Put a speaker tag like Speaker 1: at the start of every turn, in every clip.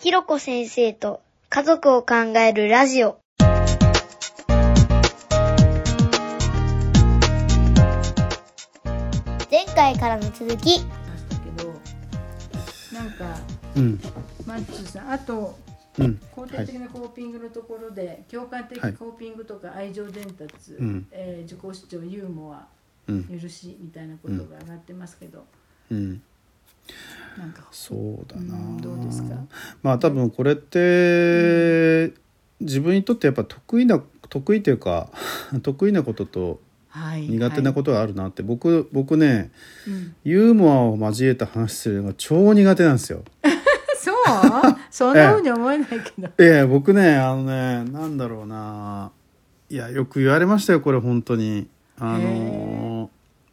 Speaker 1: ひろこ先生と家族を考えるラジオ。前回からの続き。
Speaker 2: ましたけどなんか
Speaker 3: うん、
Speaker 2: マッチュさんあと
Speaker 3: うん、
Speaker 2: 肯定的なコーピングのところで、共感的コーピングとか愛情伝達、
Speaker 3: ん
Speaker 2: えー自己主張ユーモア
Speaker 3: うん、
Speaker 2: 許しみたいなことが上がってますけど、
Speaker 3: うん、
Speaker 2: なんか
Speaker 3: そうだ
Speaker 2: う
Speaker 3: な。
Speaker 2: んどうですか
Speaker 3: まあ、多分これって。自分にとってやっぱ得意な、得意というか、得意なことと
Speaker 2: はい
Speaker 3: 苦手なことがあるなって、僕、僕ね。
Speaker 2: と、うん
Speaker 3: ユーモアを交えた話するのが超苦手なんですよ。
Speaker 2: そうそんなふうに思えないけど、
Speaker 3: いや、僕ね、あのね、なんだろうな。いや、よく言われましたよ、これ本当に。あの。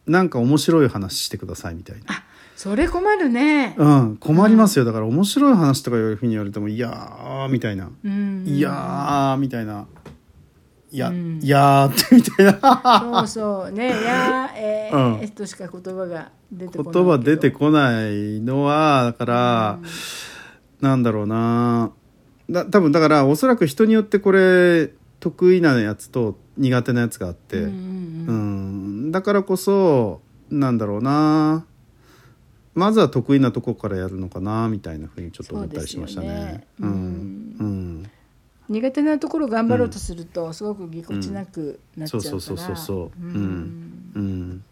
Speaker 3: なんか面白い話してくださいみたいな。
Speaker 2: それ困るね
Speaker 3: うん、困りますよだから面白い話とかいうふうに言われても「いやー」みたいな
Speaker 2: うん
Speaker 3: 「いやー」みたいな「いや、
Speaker 2: うん
Speaker 3: いやー」ってみたいな
Speaker 2: そうそうねいやーえー
Speaker 3: うん
Speaker 2: えっとしか言葉が出てこないけ
Speaker 3: 言
Speaker 2: ど
Speaker 3: 葉出てこないのはだから、なんだろうなだ多分だからおそらく人によってこれ得意なやつと苦手なやつがあって、
Speaker 2: うんうんう
Speaker 3: うんんだからこそなんだろうなまずは得意なとこからやるのかなみたいなふうにちょっと思ったりしました
Speaker 2: そうですよ
Speaker 3: ね
Speaker 2: ね。
Speaker 3: うんうん
Speaker 2: 苦手なところを頑張ろうとすると、すごくぎこちなくなっちゃうから、
Speaker 3: そうそうそうそうそ
Speaker 2: う
Speaker 3: ううん
Speaker 2: ん
Speaker 3: うん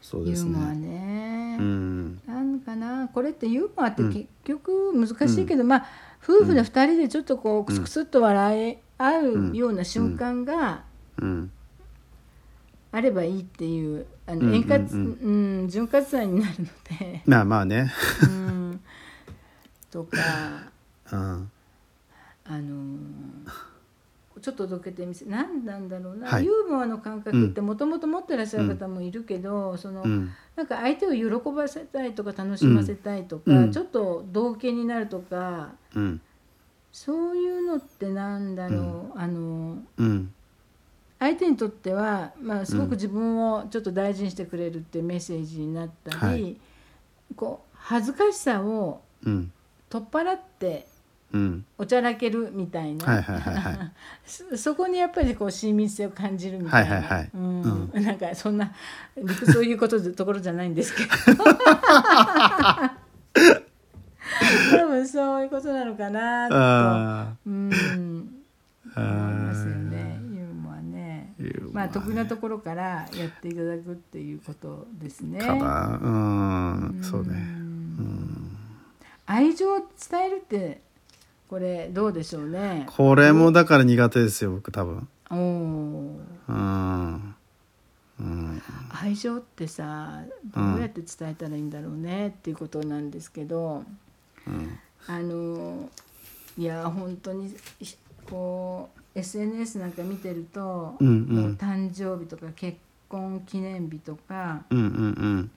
Speaker 3: そう
Speaker 2: ユ
Speaker 3: です
Speaker 2: ー
Speaker 3: ね
Speaker 2: モアね、
Speaker 3: うん
Speaker 2: なんかなこれってユーモアって
Speaker 3: うん
Speaker 2: 結局難しいけど、まあ夫婦で二人でちょっとこうクスクスっと笑い合うような瞬間が
Speaker 3: うん
Speaker 2: あればいいっていうあ
Speaker 3: うん
Speaker 2: の
Speaker 3: うん
Speaker 2: 円滑、う
Speaker 3: うん、
Speaker 2: 潤滑剤になるので
Speaker 3: まあまあね、
Speaker 2: うん、とか
Speaker 3: うん、
Speaker 2: あの ーちょっとどけてみせ何なんだろうな、
Speaker 3: はい
Speaker 2: ユーモアの感覚ってもともと持ってらっしゃる方もいるけど、その、
Speaker 3: うん
Speaker 2: なんか相手を喜ばせたいとか楽しませたいとか、
Speaker 3: うん
Speaker 2: ちょっと同型になるとか
Speaker 3: うん
Speaker 2: そういうのってなんだろう、あの
Speaker 3: うん
Speaker 2: 相手にとっては、まあ、すごく自分をちょっと大事にしてくれるっていうメッセージになったり、
Speaker 3: はい
Speaker 2: こう恥ずかしさを
Speaker 3: うん
Speaker 2: 取っ払って
Speaker 3: うん
Speaker 2: おちゃらけるみたいな、
Speaker 3: はいはいはい はい
Speaker 2: そそこにやっぱりこう親密性を感じるみたいな、
Speaker 3: はいはいはい
Speaker 2: うんなんかそんな理屈を言うことでところじゃないんですけど多分そういうことなのかな
Speaker 3: あ
Speaker 2: と、うん、
Speaker 3: ー
Speaker 2: 思いますよ
Speaker 3: あ
Speaker 2: ねユーモアね。
Speaker 3: ーいう
Speaker 2: まあ得意なところからやっていただくっていうことですね。
Speaker 3: かなうんそう
Speaker 2: う
Speaker 3: ね
Speaker 2: ん愛情を伝えるってこれどうでしょうね。
Speaker 3: これもだから苦手ですよ僕多分
Speaker 2: おー
Speaker 3: うんうん
Speaker 2: 愛情ってさどうやって伝えたらいいんだろうねっていうことなんですけど、
Speaker 3: うん
Speaker 2: あのいや本当にひこう SNS なんか見てると、
Speaker 3: うんう
Speaker 2: もうん誕生日とか結婚記念日とか
Speaker 3: うんうんうん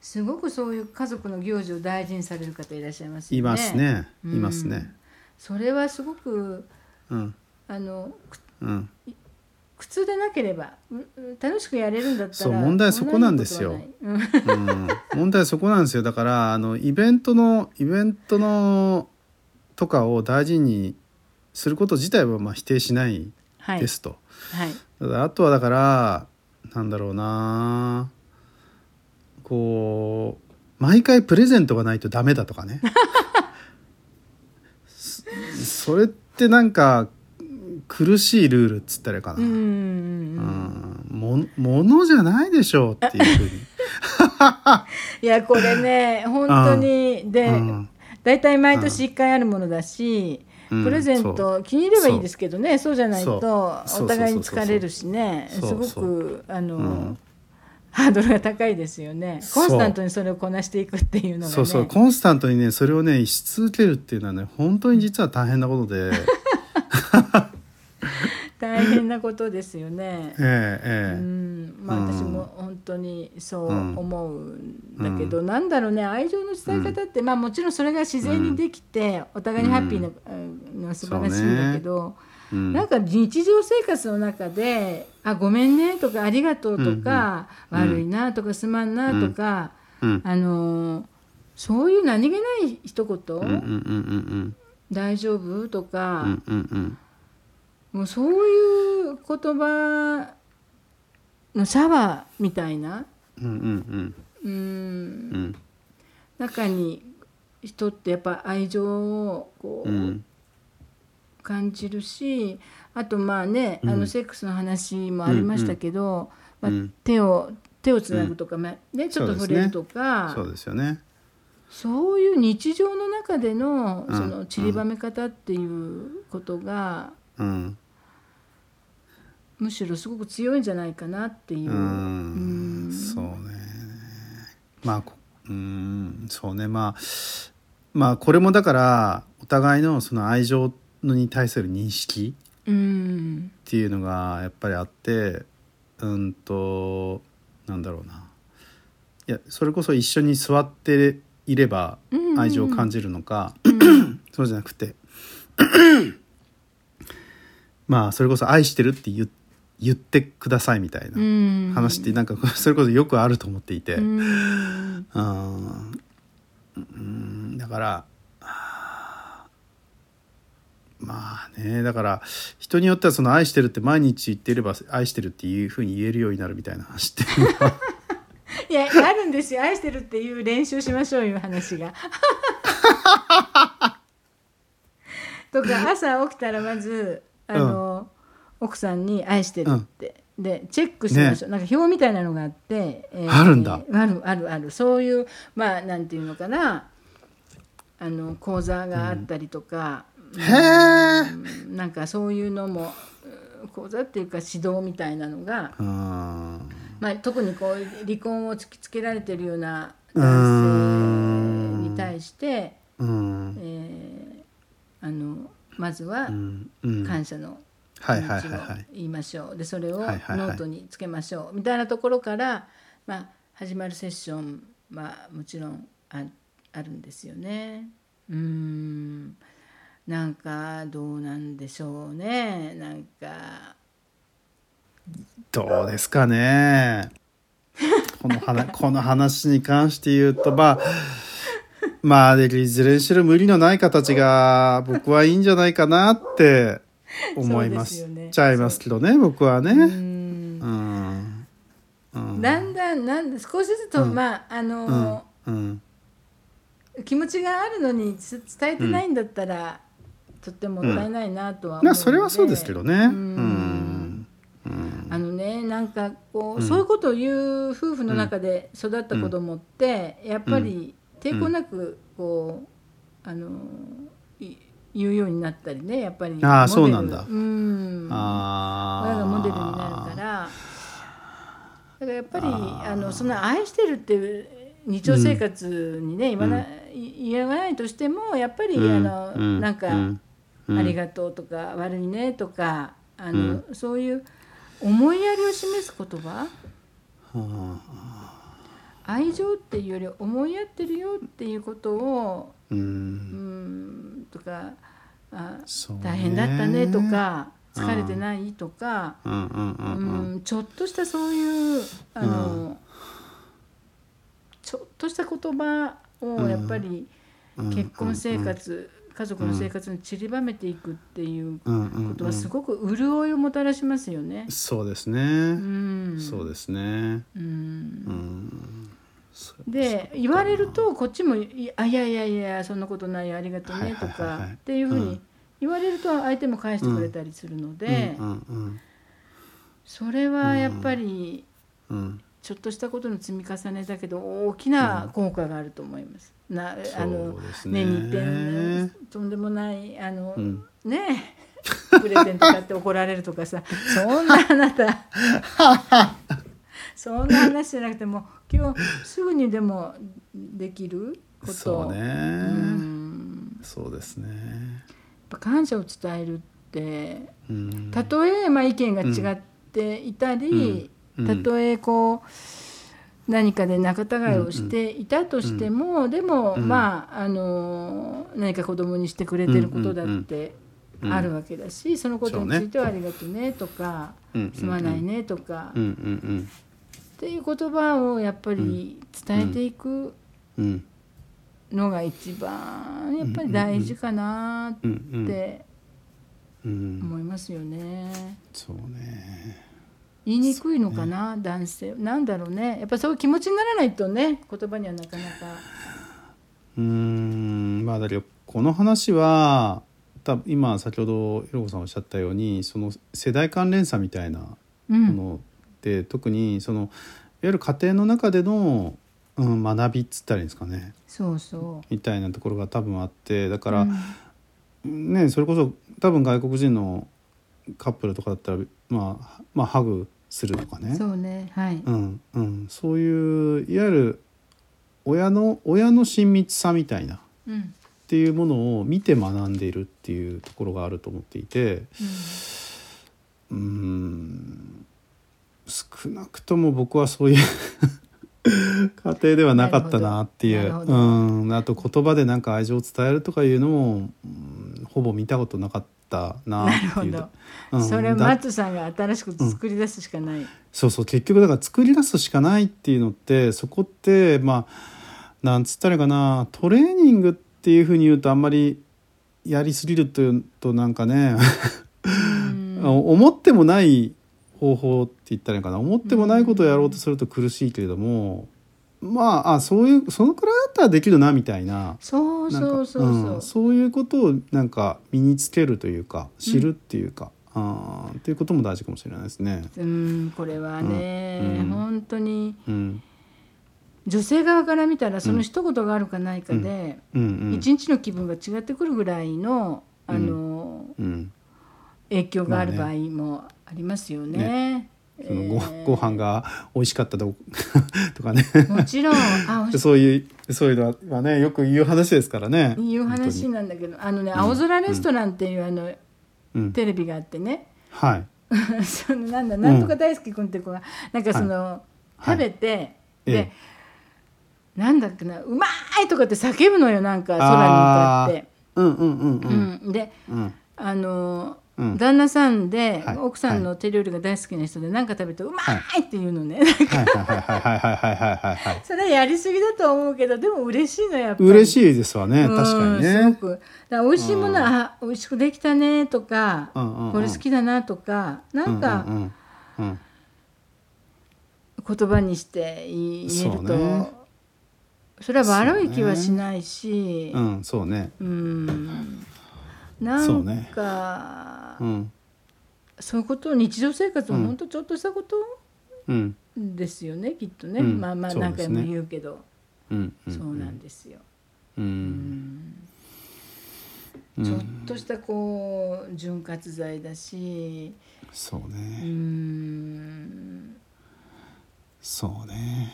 Speaker 2: すごくそういう家族の行事を大事にされる方いらっしゃいますよね。
Speaker 3: いますねい
Speaker 2: うん
Speaker 3: ますね
Speaker 2: それはすごく
Speaker 3: うん
Speaker 2: あのく
Speaker 3: うん
Speaker 2: 苦痛でなければうう楽しくやれるんだったら
Speaker 3: そう問題そこなんですよ
Speaker 2: こなにいいことはない
Speaker 3: うん問題はそこなんですよだからあのイベントのイベントのとかを大事にすること自体はまあ否定しない
Speaker 2: うんはい
Speaker 3: ですと、
Speaker 2: はい
Speaker 3: ただあとはだからなんだろうなこう毎回プレゼントがないとダメだとか ねそそれってなんか苦しいルールっつったらいいかな、
Speaker 2: うんうん
Speaker 3: う
Speaker 2: うんうん
Speaker 3: んもものじゃないでしょうっていうふうに。
Speaker 2: いやこれね本当にで
Speaker 3: うん
Speaker 2: 大体毎年1回あるものだし
Speaker 3: うん
Speaker 2: プレゼント気に入ればいいですけどねそうじゃないと
Speaker 3: そう
Speaker 2: お互いに疲れるしねす
Speaker 3: そうそう
Speaker 2: ご
Speaker 3: そうそ
Speaker 2: く
Speaker 3: う
Speaker 2: あ
Speaker 3: う
Speaker 2: の
Speaker 3: ん
Speaker 2: ハードルが高いですよね
Speaker 3: そ
Speaker 2: コ
Speaker 3: う
Speaker 2: ンスタントにそれをこなしていくっていうのがね
Speaker 3: そうそうコンスタントにねそれをねし続けるっていうのはね本当に実は大変なことで
Speaker 2: 大変なことですよね
Speaker 3: え。
Speaker 2: う
Speaker 3: えええ
Speaker 2: んまあ、
Speaker 3: うん
Speaker 2: 私も本当にそう
Speaker 3: うん
Speaker 2: 思うんだけど、なんだろうね愛情の伝え方って、まあ、もちろんそれが自然にできて、お互いにハッピーな、うん、のは素晴らしいんだけど、
Speaker 3: うん
Speaker 2: なんか日常生活の中で「あごめんね」とか「ありがとう」とか「
Speaker 3: うんうん
Speaker 2: 悪いな」とか「すまんな」とか、
Speaker 3: うん
Speaker 2: あのーそういう何気ない一言、
Speaker 3: うんうんうん
Speaker 2: 大丈夫とか、
Speaker 3: うんうんうん
Speaker 2: もうそういう言葉のシャワーみたいな
Speaker 3: うんうん
Speaker 2: う
Speaker 3: うん
Speaker 2: ん
Speaker 3: うん
Speaker 2: 中に人ってやっぱ愛情をこう、
Speaker 3: うん
Speaker 2: 感じるしあとまあね、あ
Speaker 3: う
Speaker 2: の
Speaker 3: ん
Speaker 2: セックスの話もありましたけど、
Speaker 3: うんうん
Speaker 2: まあ、手を手をつなぐとか、まあね、ちょっと触れるとか
Speaker 3: そうですよね
Speaker 2: そういう日常の中での
Speaker 3: うん
Speaker 2: その散りばめ方っていうことが、
Speaker 3: うん
Speaker 2: むしろすごく強いんじゃないかなっていうう、
Speaker 3: んそうねまあこうんそうねまあまあこれもだからお互いのその愛情のに対する認識
Speaker 2: うん
Speaker 3: っていうのがやっぱりあってうんとなんだろうないやそれこそ一緒に座っていれば愛情を感じるのか、 そうじゃなくてまあそれこそ「愛してる」って言言ってくださいみたいな
Speaker 2: うん
Speaker 3: 話ってなんかそれこそよくあると思っていて、う、
Speaker 2: うんん
Speaker 3: うんだからあーまあねだから人によってはその「愛してる」って毎日言ってれば「愛してる」っていうふうに言えるようになるみたいな話って
Speaker 2: いやあるんですよ愛してるっていう練習しましょういう話 が。とか朝起きたらまずあの、奥さんに「愛してる」って、でチェックしましょう、なんか表みたいなのがあって、え
Speaker 3: あるんだ
Speaker 2: あるあるあるそういうまあなんていうのかなあの講座があったりとか、
Speaker 3: へえ
Speaker 2: うんなんかそういうのもうん講座っていうか指導みたいなのが。
Speaker 3: うん
Speaker 2: まあ、特にこう離婚を突きつけられてるような
Speaker 3: うーん
Speaker 2: 男性に対して、
Speaker 3: うん
Speaker 2: えーあのまずは
Speaker 3: うんうんはい
Speaker 2: 感謝の気
Speaker 3: はい
Speaker 2: 持
Speaker 3: はい
Speaker 2: ちを
Speaker 3: はい
Speaker 2: 言いましょう、でそれをノ
Speaker 3: はいはいはい
Speaker 2: ートにつけましょう、みたいなところから、まあ、始まるセッションはもちろんああるんですよね。うーんなんかどうなんでしょうねなんか
Speaker 3: どうですかね。この 話この話に関して言うとまあまあでいずれにしろ無理のない形が僕はいいんじゃないかなって思います
Speaker 2: そうですよね
Speaker 3: ちゃいますけどね僕はね。う
Speaker 2: うー
Speaker 3: ん
Speaker 2: ん
Speaker 3: うんうん
Speaker 2: だんだんなんだ少しずつと、まああの、
Speaker 3: うん
Speaker 2: 気持ちがあるのにつ伝えてないんだったら、とってもったいないなとは思うので、
Speaker 3: まあそれはそうですけどね。うんんうん
Speaker 2: あのねなんかこう、そういうことを言う夫婦の中で育った子供って、やっぱり抵抗なくこうあのい言うようになったりねやっぱり
Speaker 3: あ
Speaker 2: モデ
Speaker 3: あ
Speaker 2: ル
Speaker 3: そうなんだ
Speaker 2: うん親がモデルになるか
Speaker 3: あ
Speaker 2: らだからやっぱりあのそんな愛してるっていう日常生活にね、言わない言わないとしてもやっぱり、
Speaker 3: ーうん
Speaker 2: あの、
Speaker 3: うん
Speaker 2: なんか、
Speaker 3: うん
Speaker 2: ありがとう」とか「悪いね」とかあの、そういう思いやりを示す言葉
Speaker 3: うん
Speaker 2: 愛情っていうより思いやってるよっていうことを
Speaker 3: う
Speaker 2: うんんとかあ
Speaker 3: そうね
Speaker 2: 大変だったねとか疲れてないとか。
Speaker 3: うんうんうんうん
Speaker 2: うん、ちょっとしたそういうあの、ちょっとした言葉をやっぱり結婚生活、家族の生活に散りばめていくっていう
Speaker 3: うんう
Speaker 2: こ
Speaker 3: ん
Speaker 2: とはすごく潤いをもたらしますよね。
Speaker 3: そうですね、
Speaker 2: うん
Speaker 3: そうですね
Speaker 2: うん
Speaker 3: うんそ
Speaker 2: で言われるとこっちもい「あいやいやいやそんなことないよありがとうね」と
Speaker 3: はいはいはい
Speaker 2: か
Speaker 3: はい
Speaker 2: っていうふう
Speaker 3: う
Speaker 2: に
Speaker 3: ん
Speaker 2: 言われると相手も返してくれたりするので
Speaker 3: うんうん
Speaker 2: それはやっぱり
Speaker 3: うんうん
Speaker 2: ちょっとしたことの積み重ねだけど大きな効果があると思います。なあの
Speaker 3: そうですね
Speaker 2: 年に一遍とんでもないあの、
Speaker 3: ん
Speaker 2: ねえプレゼント買って怒られるとか さそんなあなたそんな話じゃなくてもう今日すぐにでもできること
Speaker 3: そうね、
Speaker 2: うん
Speaker 3: そうですね
Speaker 2: やっぱ感謝を伝えるって
Speaker 3: うん
Speaker 2: たとえまあ意見が違っていたり、
Speaker 3: うん
Speaker 2: たとえこう何かで仲違いをしていたとしても、でも、まああのー何か子供にしてくれてることだって
Speaker 3: うん
Speaker 2: あるわけだし、そのことについては「ありがとうね」とか「
Speaker 3: うん
Speaker 2: すまないね」とか、
Speaker 3: うん
Speaker 2: っ
Speaker 3: うん
Speaker 2: ていう言葉をやっぱり伝えていく
Speaker 3: うんうん
Speaker 2: のが一番やっぱり大事かな
Speaker 3: うんう
Speaker 2: っ
Speaker 3: ん
Speaker 2: て
Speaker 3: うん
Speaker 2: 思いますよね。
Speaker 3: そうね
Speaker 2: 言いにくいのかな、男性なんだろうねやっぱそういう気持ちにならないとね言葉にはなかなか
Speaker 3: うーんまあだけどこの話は多分今先ほどひろこさんおっしゃったようにその世代関連差みたいな
Speaker 2: う
Speaker 3: も
Speaker 2: ん
Speaker 3: ので、特にそのいわゆる家庭の中での、うん、学びっつったらいいんですかね
Speaker 2: そうそ
Speaker 3: みたいなところが多分あってだ
Speaker 2: う
Speaker 3: から、ねそれこそ多分外国人のカップルとかだったら、まあ、まあハグするとか
Speaker 2: うん
Speaker 3: ね
Speaker 2: そうねはい、
Speaker 3: うんうん、そういういわゆる親の親の親密さみたいなっ
Speaker 2: うんうん
Speaker 3: ていうものを見て学んでいるっていうところがあると思っていてうーん少なくとも僕はそういう 家庭ではなかったなってい
Speaker 2: なる
Speaker 3: う
Speaker 2: ほど
Speaker 3: うんあと言葉でなんか愛情を伝えるとかいうのも、うんほぼ見たことなかったな
Speaker 2: なる
Speaker 3: っ
Speaker 2: ほ
Speaker 3: ていう
Speaker 2: ど、
Speaker 3: うん
Speaker 2: それを
Speaker 3: だ
Speaker 2: マットさんが新しく作り出すしかない、
Speaker 3: そうそう結局だから作り出すしかないっていうのってそこってまあなんつったらいいかなトレーニングっていうふうに言うとあんまりやりすぎるというとなんかね、
Speaker 2: うん
Speaker 3: 思ってもない方法って言ったらいいかな思ってもないことをやろうとすると苦しいけれども、まああそういうそのくらいだったらできるなみたいな。
Speaker 2: そう
Speaker 3: なんか
Speaker 2: そうそうそう、
Speaker 3: んそういうことをなんか身につけるというか知るっていうか、あーっていうことも大事かもしれないですね。
Speaker 2: うん、これはね、
Speaker 3: うんうん
Speaker 2: 本当に
Speaker 3: うん、
Speaker 2: 女性側から見たらその一言があるかないかで、
Speaker 3: うん、うん
Speaker 2: 一日の気分が違ってくるぐらいのあの、
Speaker 3: うん、
Speaker 2: 影響がある
Speaker 3: ま
Speaker 2: 場
Speaker 3: あ
Speaker 2: 合もありますよね。
Speaker 3: そのご,、
Speaker 2: えー
Speaker 3: ご飯が美味しか ったととかね
Speaker 2: もちろんあおし
Speaker 3: そういうそういうのはねよく言う話ですからね。
Speaker 2: いう話
Speaker 3: 本
Speaker 2: なんだけどあのね「青空レストラン」っていうあの
Speaker 3: 当にうん、
Speaker 2: テレビがあってね
Speaker 3: はい、
Speaker 2: そのなんだなんとか大好き君って子がなんかその
Speaker 3: はい
Speaker 2: 食べて
Speaker 3: え
Speaker 2: で
Speaker 3: え
Speaker 2: なんだっけな「うまい!」とかって叫ぶのよなんか空に向かって。
Speaker 3: うんうんうんう
Speaker 2: うんん、で
Speaker 3: うん
Speaker 2: あの
Speaker 3: うん
Speaker 2: 旦那さんで、
Speaker 3: はい
Speaker 2: 奥さんの手料理が大好きな人で何か食べて「うまい!」って言うのね、
Speaker 3: はいはいはいはいはいはいはいはいはい
Speaker 2: それはやりすぎだと思うけどでも嬉しいのやっぱり
Speaker 3: 嬉
Speaker 2: い
Speaker 3: しいですわね確かに
Speaker 2: すご
Speaker 3: ね。
Speaker 2: くだから美味しいものは、あ美味しくできたねとか、
Speaker 3: うんうんうん
Speaker 2: これ好きだなとかなんか
Speaker 3: うんうんうんうん
Speaker 2: 言葉にして言い言えると
Speaker 3: そ
Speaker 2: そう
Speaker 3: ね
Speaker 2: れは悪い気はしないし
Speaker 3: う、んそうね。
Speaker 2: うんな
Speaker 3: そうんね
Speaker 2: かそう,、
Speaker 3: うん
Speaker 2: いうことを日常生活
Speaker 3: うん
Speaker 2: も本当ちょっとしたこと
Speaker 3: うん
Speaker 2: ですよね、きっとね、
Speaker 3: うん
Speaker 2: まあまあ
Speaker 3: そうです
Speaker 2: 何
Speaker 3: ね
Speaker 2: 回も言うけど
Speaker 3: うんうん
Speaker 2: そうなんですよ。
Speaker 3: う
Speaker 2: うんん
Speaker 3: う
Speaker 2: ちょっ
Speaker 3: ん
Speaker 2: としたこう潤滑剤だし、
Speaker 3: そう
Speaker 2: う
Speaker 3: ね
Speaker 2: ー。ん、
Speaker 3: そうね。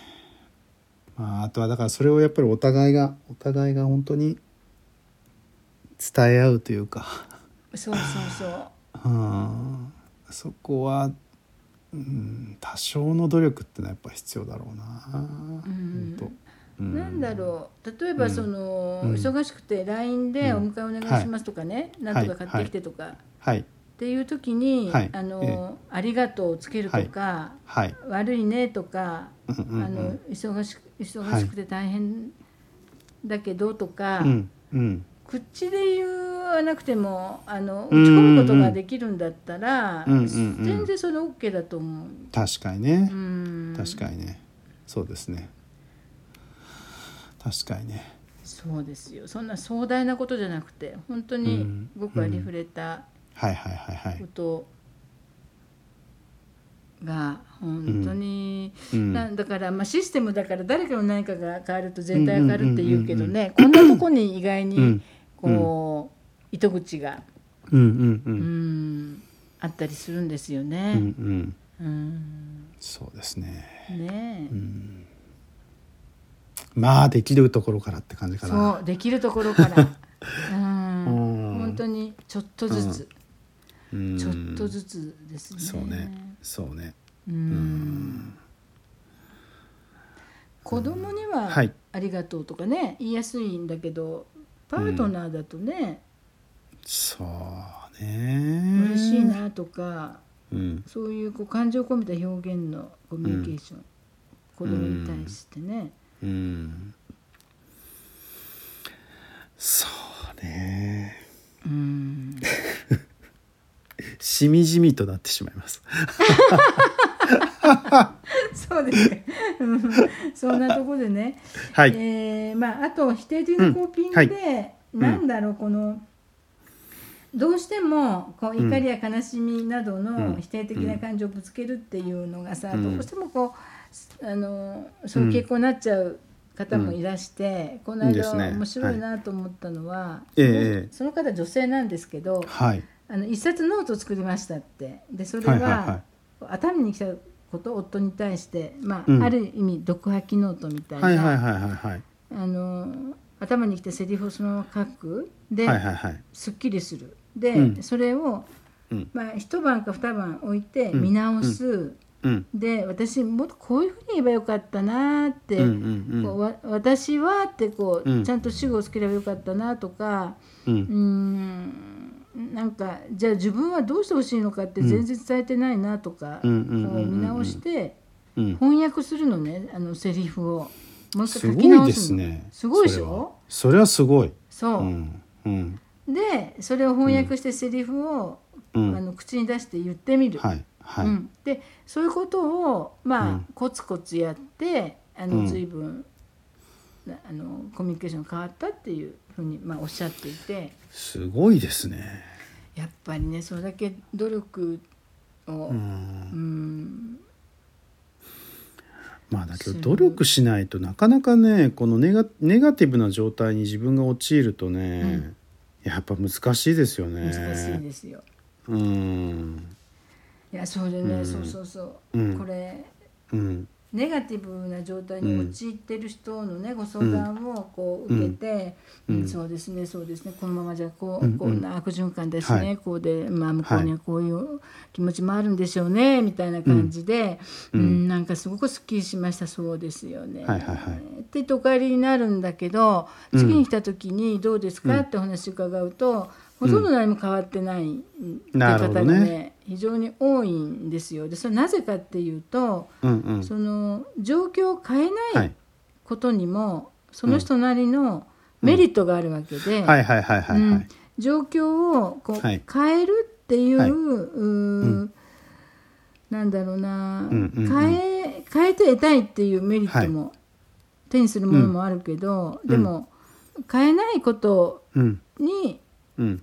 Speaker 3: まあ、あとはだからそれをやっぱりお互いがお互いが本当に伝え合うというか、
Speaker 2: そうそうそう。
Speaker 3: うん、そこは、うん、多少の努力ってのはやっぱ必要だろうな。
Speaker 2: うん
Speaker 3: 本当う
Speaker 2: なんだろう例え
Speaker 3: う
Speaker 2: ば
Speaker 3: ん
Speaker 2: その、
Speaker 3: うん
Speaker 2: 忙しくて LINE で
Speaker 3: う
Speaker 2: お
Speaker 3: ん
Speaker 2: 迎えお願いしますとかね、なんとか買ってきてとか、
Speaker 3: はい
Speaker 2: っていう時に、
Speaker 3: はい
Speaker 2: あの、
Speaker 3: え
Speaker 2: ありがとうをつけるとか、
Speaker 3: はい。
Speaker 2: 悪いねとか、
Speaker 3: うんうんうん
Speaker 2: あの忙しく忙しくて大変だけどとか、
Speaker 3: うんうん
Speaker 2: 口で言わなくてもあの打ち
Speaker 3: うん
Speaker 2: 込
Speaker 3: うんうん
Speaker 2: むことができるんだったら、
Speaker 3: うんうんうん
Speaker 2: 全然それ OK だと思う。
Speaker 3: 確かにね
Speaker 2: う。ん、
Speaker 3: 確かにね。そうですね。確かにね。
Speaker 2: そうですよそんな壮大なことじゃなくて本当
Speaker 3: う
Speaker 2: に
Speaker 3: ん
Speaker 2: ごくありふれた
Speaker 3: はいはいはいはい
Speaker 2: こ。とが本当に、
Speaker 3: うん
Speaker 2: なだから、まあ、システムだから誰かの何かが変わると全体が変わるって言うけどね、こんなとこに意外
Speaker 3: う
Speaker 2: に
Speaker 3: ん
Speaker 2: こう、糸口が、
Speaker 3: うんうんう
Speaker 2: うんん、あったりするんですよ
Speaker 3: うんう
Speaker 2: ね。
Speaker 3: ん。
Speaker 2: うん
Speaker 3: そうですね。
Speaker 2: ねえ
Speaker 3: まあできるところからって感じかな。
Speaker 2: そうできるところ から、うん、
Speaker 3: うん
Speaker 2: 本当にちょっとずつ、
Speaker 3: うん
Speaker 2: ちょっとずつですね。
Speaker 3: そうね。そうね。
Speaker 2: うん子供には
Speaker 3: はい
Speaker 2: 「ありがとう」とかね言いやすいんだけどパートナーだとね
Speaker 3: そ
Speaker 2: 「
Speaker 3: うね。
Speaker 2: 嬉しい。な」とか
Speaker 3: うん。
Speaker 2: そういうこう感情を込めた表現のコミュニケーション子供に対してね
Speaker 3: うん。そうね
Speaker 2: うん
Speaker 3: しみじみとなってしまいます
Speaker 2: そうですね。うんそんなところでね。
Speaker 3: はい、
Speaker 2: えーまああと否定的なコーピングで、
Speaker 3: うんん
Speaker 2: なんだろうこのどうしてもこう
Speaker 3: うん
Speaker 2: 怒りや悲しみなど
Speaker 3: う
Speaker 2: の
Speaker 3: ん
Speaker 2: 否定的な感情をぶつけるっていうのがさ、
Speaker 3: うん
Speaker 2: どうしてもこうあのそういう傾向になっちゃう方もいらして、この
Speaker 3: いいです
Speaker 2: 間、
Speaker 3: ね
Speaker 2: 面白いなと思ったのは、
Speaker 3: ええええ
Speaker 2: その方女性なんですけど
Speaker 3: はい
Speaker 2: あの一冊ノートを作りましたってでそれ
Speaker 3: は
Speaker 2: は,、
Speaker 3: いはいは
Speaker 2: 熱海に来たこと夫に対して、まあ
Speaker 3: うん
Speaker 2: ある意味毒吐きノートみたいな、
Speaker 3: はいはいはいはいはい
Speaker 2: あの頭にきたセリフをそのまま書くで、
Speaker 3: はいはいはい
Speaker 2: すっきりするで、
Speaker 3: うん
Speaker 2: それを、
Speaker 3: うん
Speaker 2: まあ、一晩か二晩置いて
Speaker 3: うん
Speaker 2: 見直す、
Speaker 3: うん
Speaker 2: で私もっとこういうふうに言えばよかったなーって、
Speaker 3: うんうんう
Speaker 2: こうんわ私はってこう、
Speaker 3: うん
Speaker 2: ちゃんと主語をつければよかったなとか。
Speaker 3: う
Speaker 2: うんーんなんかじゃあ自分はどうしてほしいのかって全然伝えてないなとか、
Speaker 3: うんうんうん
Speaker 2: こ
Speaker 3: うん
Speaker 2: う
Speaker 3: うん
Speaker 2: 見直して
Speaker 3: うん
Speaker 2: 翻訳するのねあのセリフをもう一
Speaker 3: す
Speaker 2: 回書
Speaker 3: ご
Speaker 2: き
Speaker 3: い
Speaker 2: 直
Speaker 3: ですす
Speaker 2: の
Speaker 3: ね
Speaker 2: すごいでしょ
Speaker 3: それはそれはすごい
Speaker 2: そうう、
Speaker 3: んうん
Speaker 2: でそれを翻訳してセリフを、
Speaker 3: うん
Speaker 2: あの口に出して言ってみる、
Speaker 3: はいはい、
Speaker 2: うん、でそういうことをまあ、
Speaker 3: うん
Speaker 2: コツコツやってあ
Speaker 3: う
Speaker 2: の
Speaker 3: ん
Speaker 2: 随分、なあのコミュニケーションが変わったっていうふうに、まあ、おっしゃっていて。
Speaker 3: すごいですね
Speaker 2: やっぱりねそれだけ努力を、
Speaker 3: う
Speaker 2: うんう
Speaker 3: ん
Speaker 2: ん
Speaker 3: まあだけ
Speaker 2: す
Speaker 3: ど
Speaker 2: る
Speaker 3: 努力しないとなかなかねこのネガネガティブな状態に自分が陥るとね、
Speaker 2: うん
Speaker 3: やっぱ難しいですよね。
Speaker 2: 難しいですよ。
Speaker 3: うん
Speaker 2: いやそれね、
Speaker 3: うん
Speaker 2: そうそうそう、
Speaker 3: うん
Speaker 2: これ
Speaker 3: うん
Speaker 2: ネガティブな状態に陥ってる人のね、ご相談をこう受けて、
Speaker 3: うん
Speaker 2: うんそうですねそうですねこのままじゃこう、
Speaker 3: うんうん
Speaker 2: こんな悪循環ですね、
Speaker 3: はい
Speaker 2: こうで、まあ、向こうにはこういう気持ちもあるんでしょうね、みたいな感じで、う
Speaker 3: うんん
Speaker 2: なんかすごくすっきりしましたそうですよね。
Speaker 3: はいはいは
Speaker 2: っ
Speaker 3: い
Speaker 2: て言ってお帰りになるんだけど
Speaker 3: うん
Speaker 2: 次に来た時にどうですか、ってお話伺うとほとんど何も変わってないって
Speaker 3: なる
Speaker 2: 方
Speaker 3: ほ
Speaker 2: が
Speaker 3: ど
Speaker 2: ね
Speaker 3: ね
Speaker 2: 非常に多いんですよ。でそれなぜかっていうと、
Speaker 3: うんうん
Speaker 2: その状況を変え
Speaker 3: は
Speaker 2: ないいことにも、その人なりのメリットがあるわけで、
Speaker 3: はいはいはいはいは
Speaker 2: う
Speaker 3: い
Speaker 2: ん。状況をこう
Speaker 3: はい
Speaker 2: 変えるっていう、
Speaker 3: はいう
Speaker 2: ーなんだろうな、
Speaker 3: うんうんうん
Speaker 2: 変え変えて得たいっていうメリットも、手にするものもあるけど、
Speaker 3: ん
Speaker 2: でも変えないこと
Speaker 3: うん
Speaker 2: に
Speaker 3: うん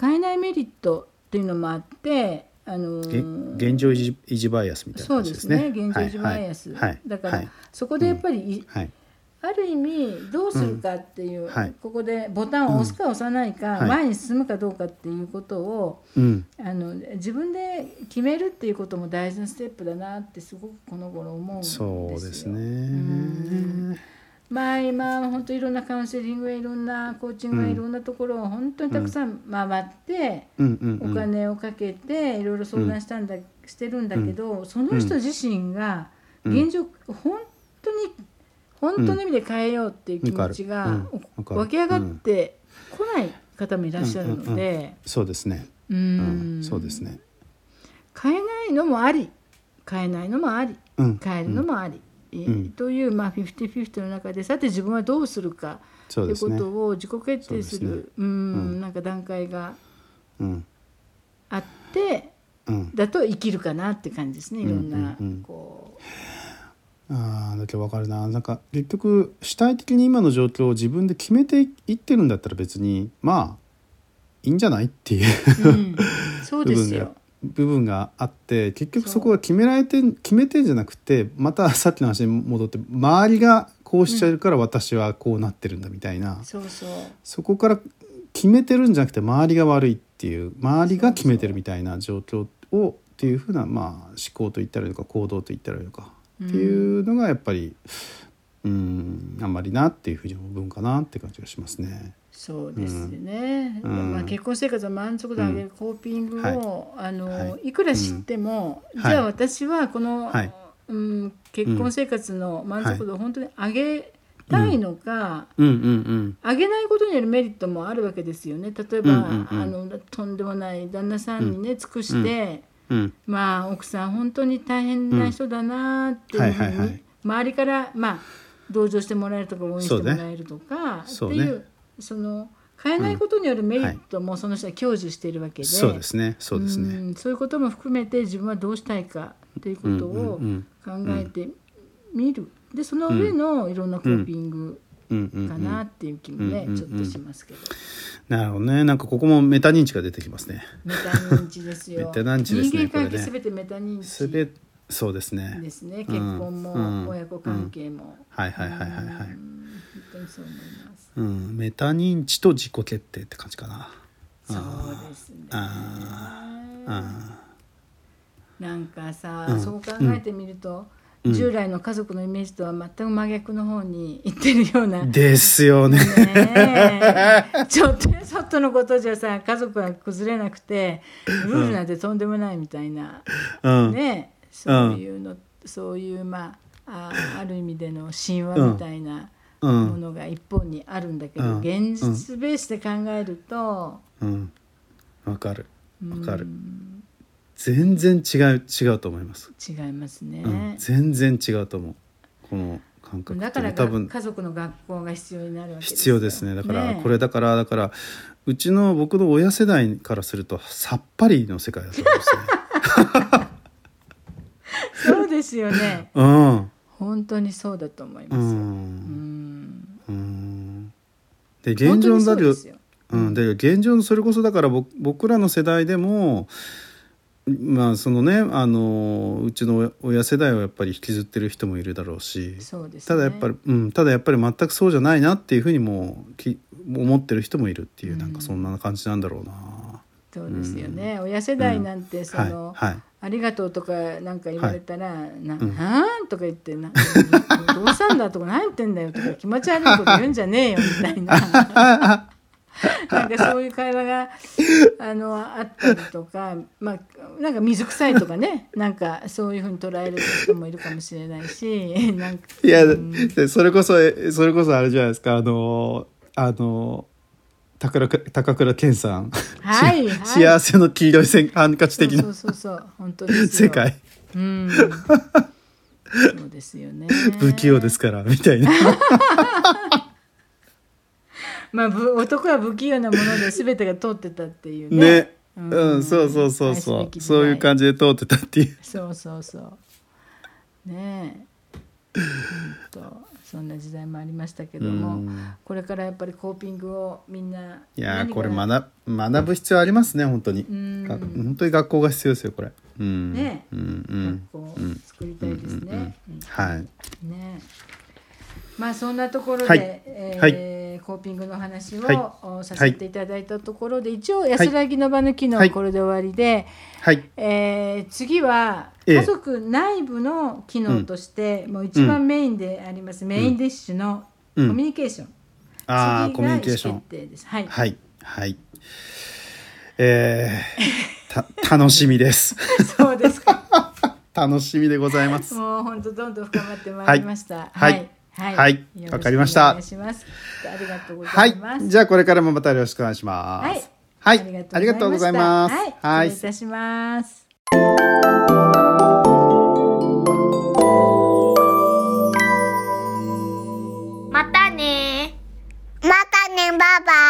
Speaker 2: 変えないメリットっていうのもあって、あの
Speaker 3: げ
Speaker 2: ー
Speaker 3: 現状維持維持バイアスみたいな
Speaker 2: そう
Speaker 3: 感
Speaker 2: で
Speaker 3: じですすね。
Speaker 2: ね現状維持バイアス、
Speaker 3: はいはい
Speaker 2: だから、
Speaker 3: はい
Speaker 2: そこでやっぱりい、
Speaker 3: はい
Speaker 2: ある意味どうするかっていう、
Speaker 3: んはい
Speaker 2: ここでボタンを押すか押さないか、
Speaker 3: うんはい
Speaker 2: 前に進むかどうかっていうことを
Speaker 3: うん
Speaker 2: あの自分で決めるっていうことも大事なステップだなってすごくこの頃思うんですよ。
Speaker 3: そうです
Speaker 2: ん
Speaker 3: ね。
Speaker 2: まあ今本当いろんなカウンセリングやいろんなコーチングやいろんなところを本当にたくさん回って、
Speaker 3: うんうんう
Speaker 2: お
Speaker 3: ん
Speaker 2: 金をかけていろいろ相談したんだ、してるんだけど、その人自身が
Speaker 3: うん
Speaker 2: 現状、本当に本当の意味で変えようっていう気持ち
Speaker 3: う
Speaker 2: が
Speaker 3: んわかる
Speaker 2: 湧き上がってこない方もいらっしゃるので、
Speaker 3: そうですね。
Speaker 2: う
Speaker 3: うんんそうですね。
Speaker 2: 変えないのもあり変えないのもあり
Speaker 3: うん
Speaker 2: 変えるのもあり、え
Speaker 3: うん
Speaker 2: というまあフィフティフィフティの中でさて自分はどうするか
Speaker 3: そ
Speaker 2: と
Speaker 3: う
Speaker 2: い
Speaker 3: で
Speaker 2: う
Speaker 3: す
Speaker 2: こ
Speaker 3: ね。
Speaker 2: とを自己決定する
Speaker 3: そうです
Speaker 2: うん
Speaker 3: うん
Speaker 2: なんか段階が
Speaker 3: うん
Speaker 2: あって。
Speaker 3: うん。
Speaker 2: だと生きるかなって感じですねいろんな
Speaker 3: うんうんうん
Speaker 2: こ
Speaker 3: あーだけど分かるななんか結局主体的に今の状況を自分で決めていってるんだったら別にまあいいんじゃないっていう
Speaker 2: う、うん、そう
Speaker 3: 部
Speaker 2: で
Speaker 3: 分
Speaker 2: す
Speaker 3: が
Speaker 2: よ。
Speaker 3: 部分があって結局そこが決められてん決めてんじゃなくてまたさっきの話に戻って周りがこうしちゃうから私はこうなってるんだみたいな、
Speaker 2: そうそう
Speaker 3: そこから決めてるんじゃなくて周りが悪いっていう周りが決めてるみたいな状況をっていうふうな、まあ、思考と言ったらいいのか行動と言ったらいいのかっていうのがやっぱりうんあんまりなっていうふうに思う分かなって感じがしますね。
Speaker 2: そうですね、
Speaker 3: うん
Speaker 2: まあ、結婚生活の満足度を上げるコーピングを、いあの、
Speaker 3: はい
Speaker 2: くら知っても、
Speaker 3: うん
Speaker 2: じゃあ
Speaker 3: はい
Speaker 2: 私はこの、
Speaker 3: はい
Speaker 2: うん、結婚生活の満足度を本当に上げたいのか、
Speaker 3: うんうん
Speaker 2: 上げないことによるメリットもあるわけですよね例えば、
Speaker 3: うんうんうん
Speaker 2: あのとんでもない旦那さんにね、尽くして。
Speaker 3: うんうん
Speaker 2: まあ奥さん本当に大変な人だなっていうふう
Speaker 3: うんはいはいは
Speaker 2: に
Speaker 3: い
Speaker 2: 周りからまあ同情してもらえるとか応援してもらえるとかって
Speaker 3: そう
Speaker 2: い
Speaker 3: ね
Speaker 2: うその変えないことによるメリットもその人は享受しているわけで、
Speaker 3: そうですねそうですね
Speaker 2: んそういうことも含めて自分はどうしたいかっていうことを
Speaker 3: うんうん
Speaker 2: 考えてみる、でその上のいろんなコーピング
Speaker 3: うんうんう
Speaker 2: か
Speaker 3: ん
Speaker 2: なっていう気もね、
Speaker 3: うんうん
Speaker 2: ちょっとしますけど、
Speaker 3: なるほどねなんかここもメタ認知が出てきますね
Speaker 2: メタ認知ですよ
Speaker 3: メタ認知です
Speaker 2: 人
Speaker 3: ね
Speaker 2: 間関
Speaker 3: こ
Speaker 2: 係
Speaker 3: れね
Speaker 2: すべてメタ認
Speaker 3: す
Speaker 2: 知
Speaker 3: べそうですね
Speaker 2: ですね
Speaker 3: うん
Speaker 2: 結婚
Speaker 3: うん
Speaker 2: も親子関係も、
Speaker 3: はいはいはいはいは
Speaker 2: う
Speaker 3: い
Speaker 2: ん本当にそう思います
Speaker 3: うんメタ認知と自己決定って感じかな
Speaker 2: そうですね
Speaker 3: あ
Speaker 2: なんかさ、
Speaker 3: うん
Speaker 2: そう考えてみると、
Speaker 3: うん
Speaker 2: 従来の家族のイメージとは全く真逆の方に行ってるような、
Speaker 3: ーですよ ね
Speaker 2: ね えちょっとやそっとのことじゃさ家族は崩れなくてルールなんてとんでもないみたいな、
Speaker 3: うん
Speaker 2: ねえそういうの、そういうまああある意味での神話みたいな
Speaker 3: う
Speaker 2: も
Speaker 3: ん
Speaker 2: のが一本にあるんだけ
Speaker 3: う
Speaker 2: ど、
Speaker 3: ん
Speaker 2: 現実ベースで考えると、
Speaker 3: うんわかるわかる
Speaker 2: うん
Speaker 3: 全然違う違うと思います、
Speaker 2: 違いますね。
Speaker 3: うん、全然違違うと思うこの感覚
Speaker 2: だ
Speaker 3: っ
Speaker 2: か
Speaker 3: て
Speaker 2: ら
Speaker 3: ね
Speaker 2: が
Speaker 3: 多分
Speaker 2: 家族の学校が必要になるわけですよ
Speaker 3: 必要ですねだから
Speaker 2: え
Speaker 3: これだからだからうちの僕の親世代からするとさっぱりの世界だと思うんですね
Speaker 2: そうですよ ね
Speaker 3: うん
Speaker 2: 本当にそうだと思いうますようんん
Speaker 3: うんで現状
Speaker 2: 本当に
Speaker 3: にな
Speaker 2: そう
Speaker 3: る
Speaker 2: ですよ
Speaker 3: うん、で現状のそれこそだから僕僕らの世代でもまあそのねあのうちの親世代はやっぱり引きずってる人もいるだろうし
Speaker 2: そうですね
Speaker 3: ただやっぱり、うん、ただやっぱり全くそうじゃないなっていうふうにもき思ってる人もいるっていう、なんかそんな感じなんだろうな。
Speaker 2: そうですよね親世代なんてその、
Speaker 3: はい、はい
Speaker 2: ありがとうとかなんか言われたら、な
Speaker 3: うん
Speaker 2: なんとか言ってなどうしたんだとか何言ってんだよとか気持ち悪いこと言うんじゃねえよみたいな なんかそういう会話があのあったりとかまあなんか水臭いとかね なんかそういうふうに捉える人もいるかもしれないしなんか
Speaker 3: いや、
Speaker 2: うん
Speaker 3: でそれこそ、えそれこそあれじゃないですか、あの、あの、高倉高倉健さん。
Speaker 2: はいはい
Speaker 3: 幸せの黄色いせんハンカチ的
Speaker 2: そ
Speaker 3: な
Speaker 2: うそうそうそう本当ですよ
Speaker 3: 世界。
Speaker 2: うんそうですよね
Speaker 3: 不器用ですから、みたいな。
Speaker 2: まあ、ぶ男は不器用なもので全てが通ってたっていうね。
Speaker 3: ね。うん、そうそうそうそ
Speaker 2: 愛すべき時
Speaker 3: う。
Speaker 2: 代
Speaker 3: そういう感じで通ってたっていう。
Speaker 2: そうそうそう。ねえ。ほんとそんな時代もありましたけども、
Speaker 3: うん
Speaker 2: これからやっぱりコーピングをみんない
Speaker 3: やー、これ
Speaker 2: ま
Speaker 3: 学ぶ、学ぶ必要ありますね、本当に。
Speaker 2: ん
Speaker 3: が本当に学校が必要ですよ、これ。うん。
Speaker 2: ね
Speaker 3: うん、うん。
Speaker 2: 学校を作りたいですね。うん
Speaker 3: はい。
Speaker 2: ねまあそんなところで、
Speaker 3: はい
Speaker 2: えーコーピングの話を、
Speaker 3: はい
Speaker 2: おさせていただいたところで、一応安らぎの場の機能、
Speaker 3: はい
Speaker 2: これで終わりで、
Speaker 3: はい。
Speaker 2: えー次は
Speaker 3: ええ
Speaker 2: 家族内部の機能として、もう一番メインであります、メインディッシュのコ
Speaker 3: うん
Speaker 2: ミュニケーション、
Speaker 3: ああ、
Speaker 2: 次
Speaker 3: コミ
Speaker 2: が意思
Speaker 3: ュニケーショ
Speaker 2: 決
Speaker 3: ン。
Speaker 2: 定ですはい、
Speaker 3: はい。はい。えー、た、 楽しみです。
Speaker 2: そうですか
Speaker 3: 楽しみでございます。
Speaker 2: もう本当どんどん深まってまいりました
Speaker 3: はい
Speaker 2: はい
Speaker 3: はい
Speaker 2: よろしく
Speaker 3: わかりました
Speaker 2: お願いしますありがとうござ
Speaker 3: はい
Speaker 2: います、
Speaker 3: い。じゃあこれからもまたよろしくお願いします。
Speaker 2: はい、
Speaker 3: はい。ありがとうございます
Speaker 2: はい。、
Speaker 3: は
Speaker 2: 失礼いたします。
Speaker 1: またねまたね、バイバイ。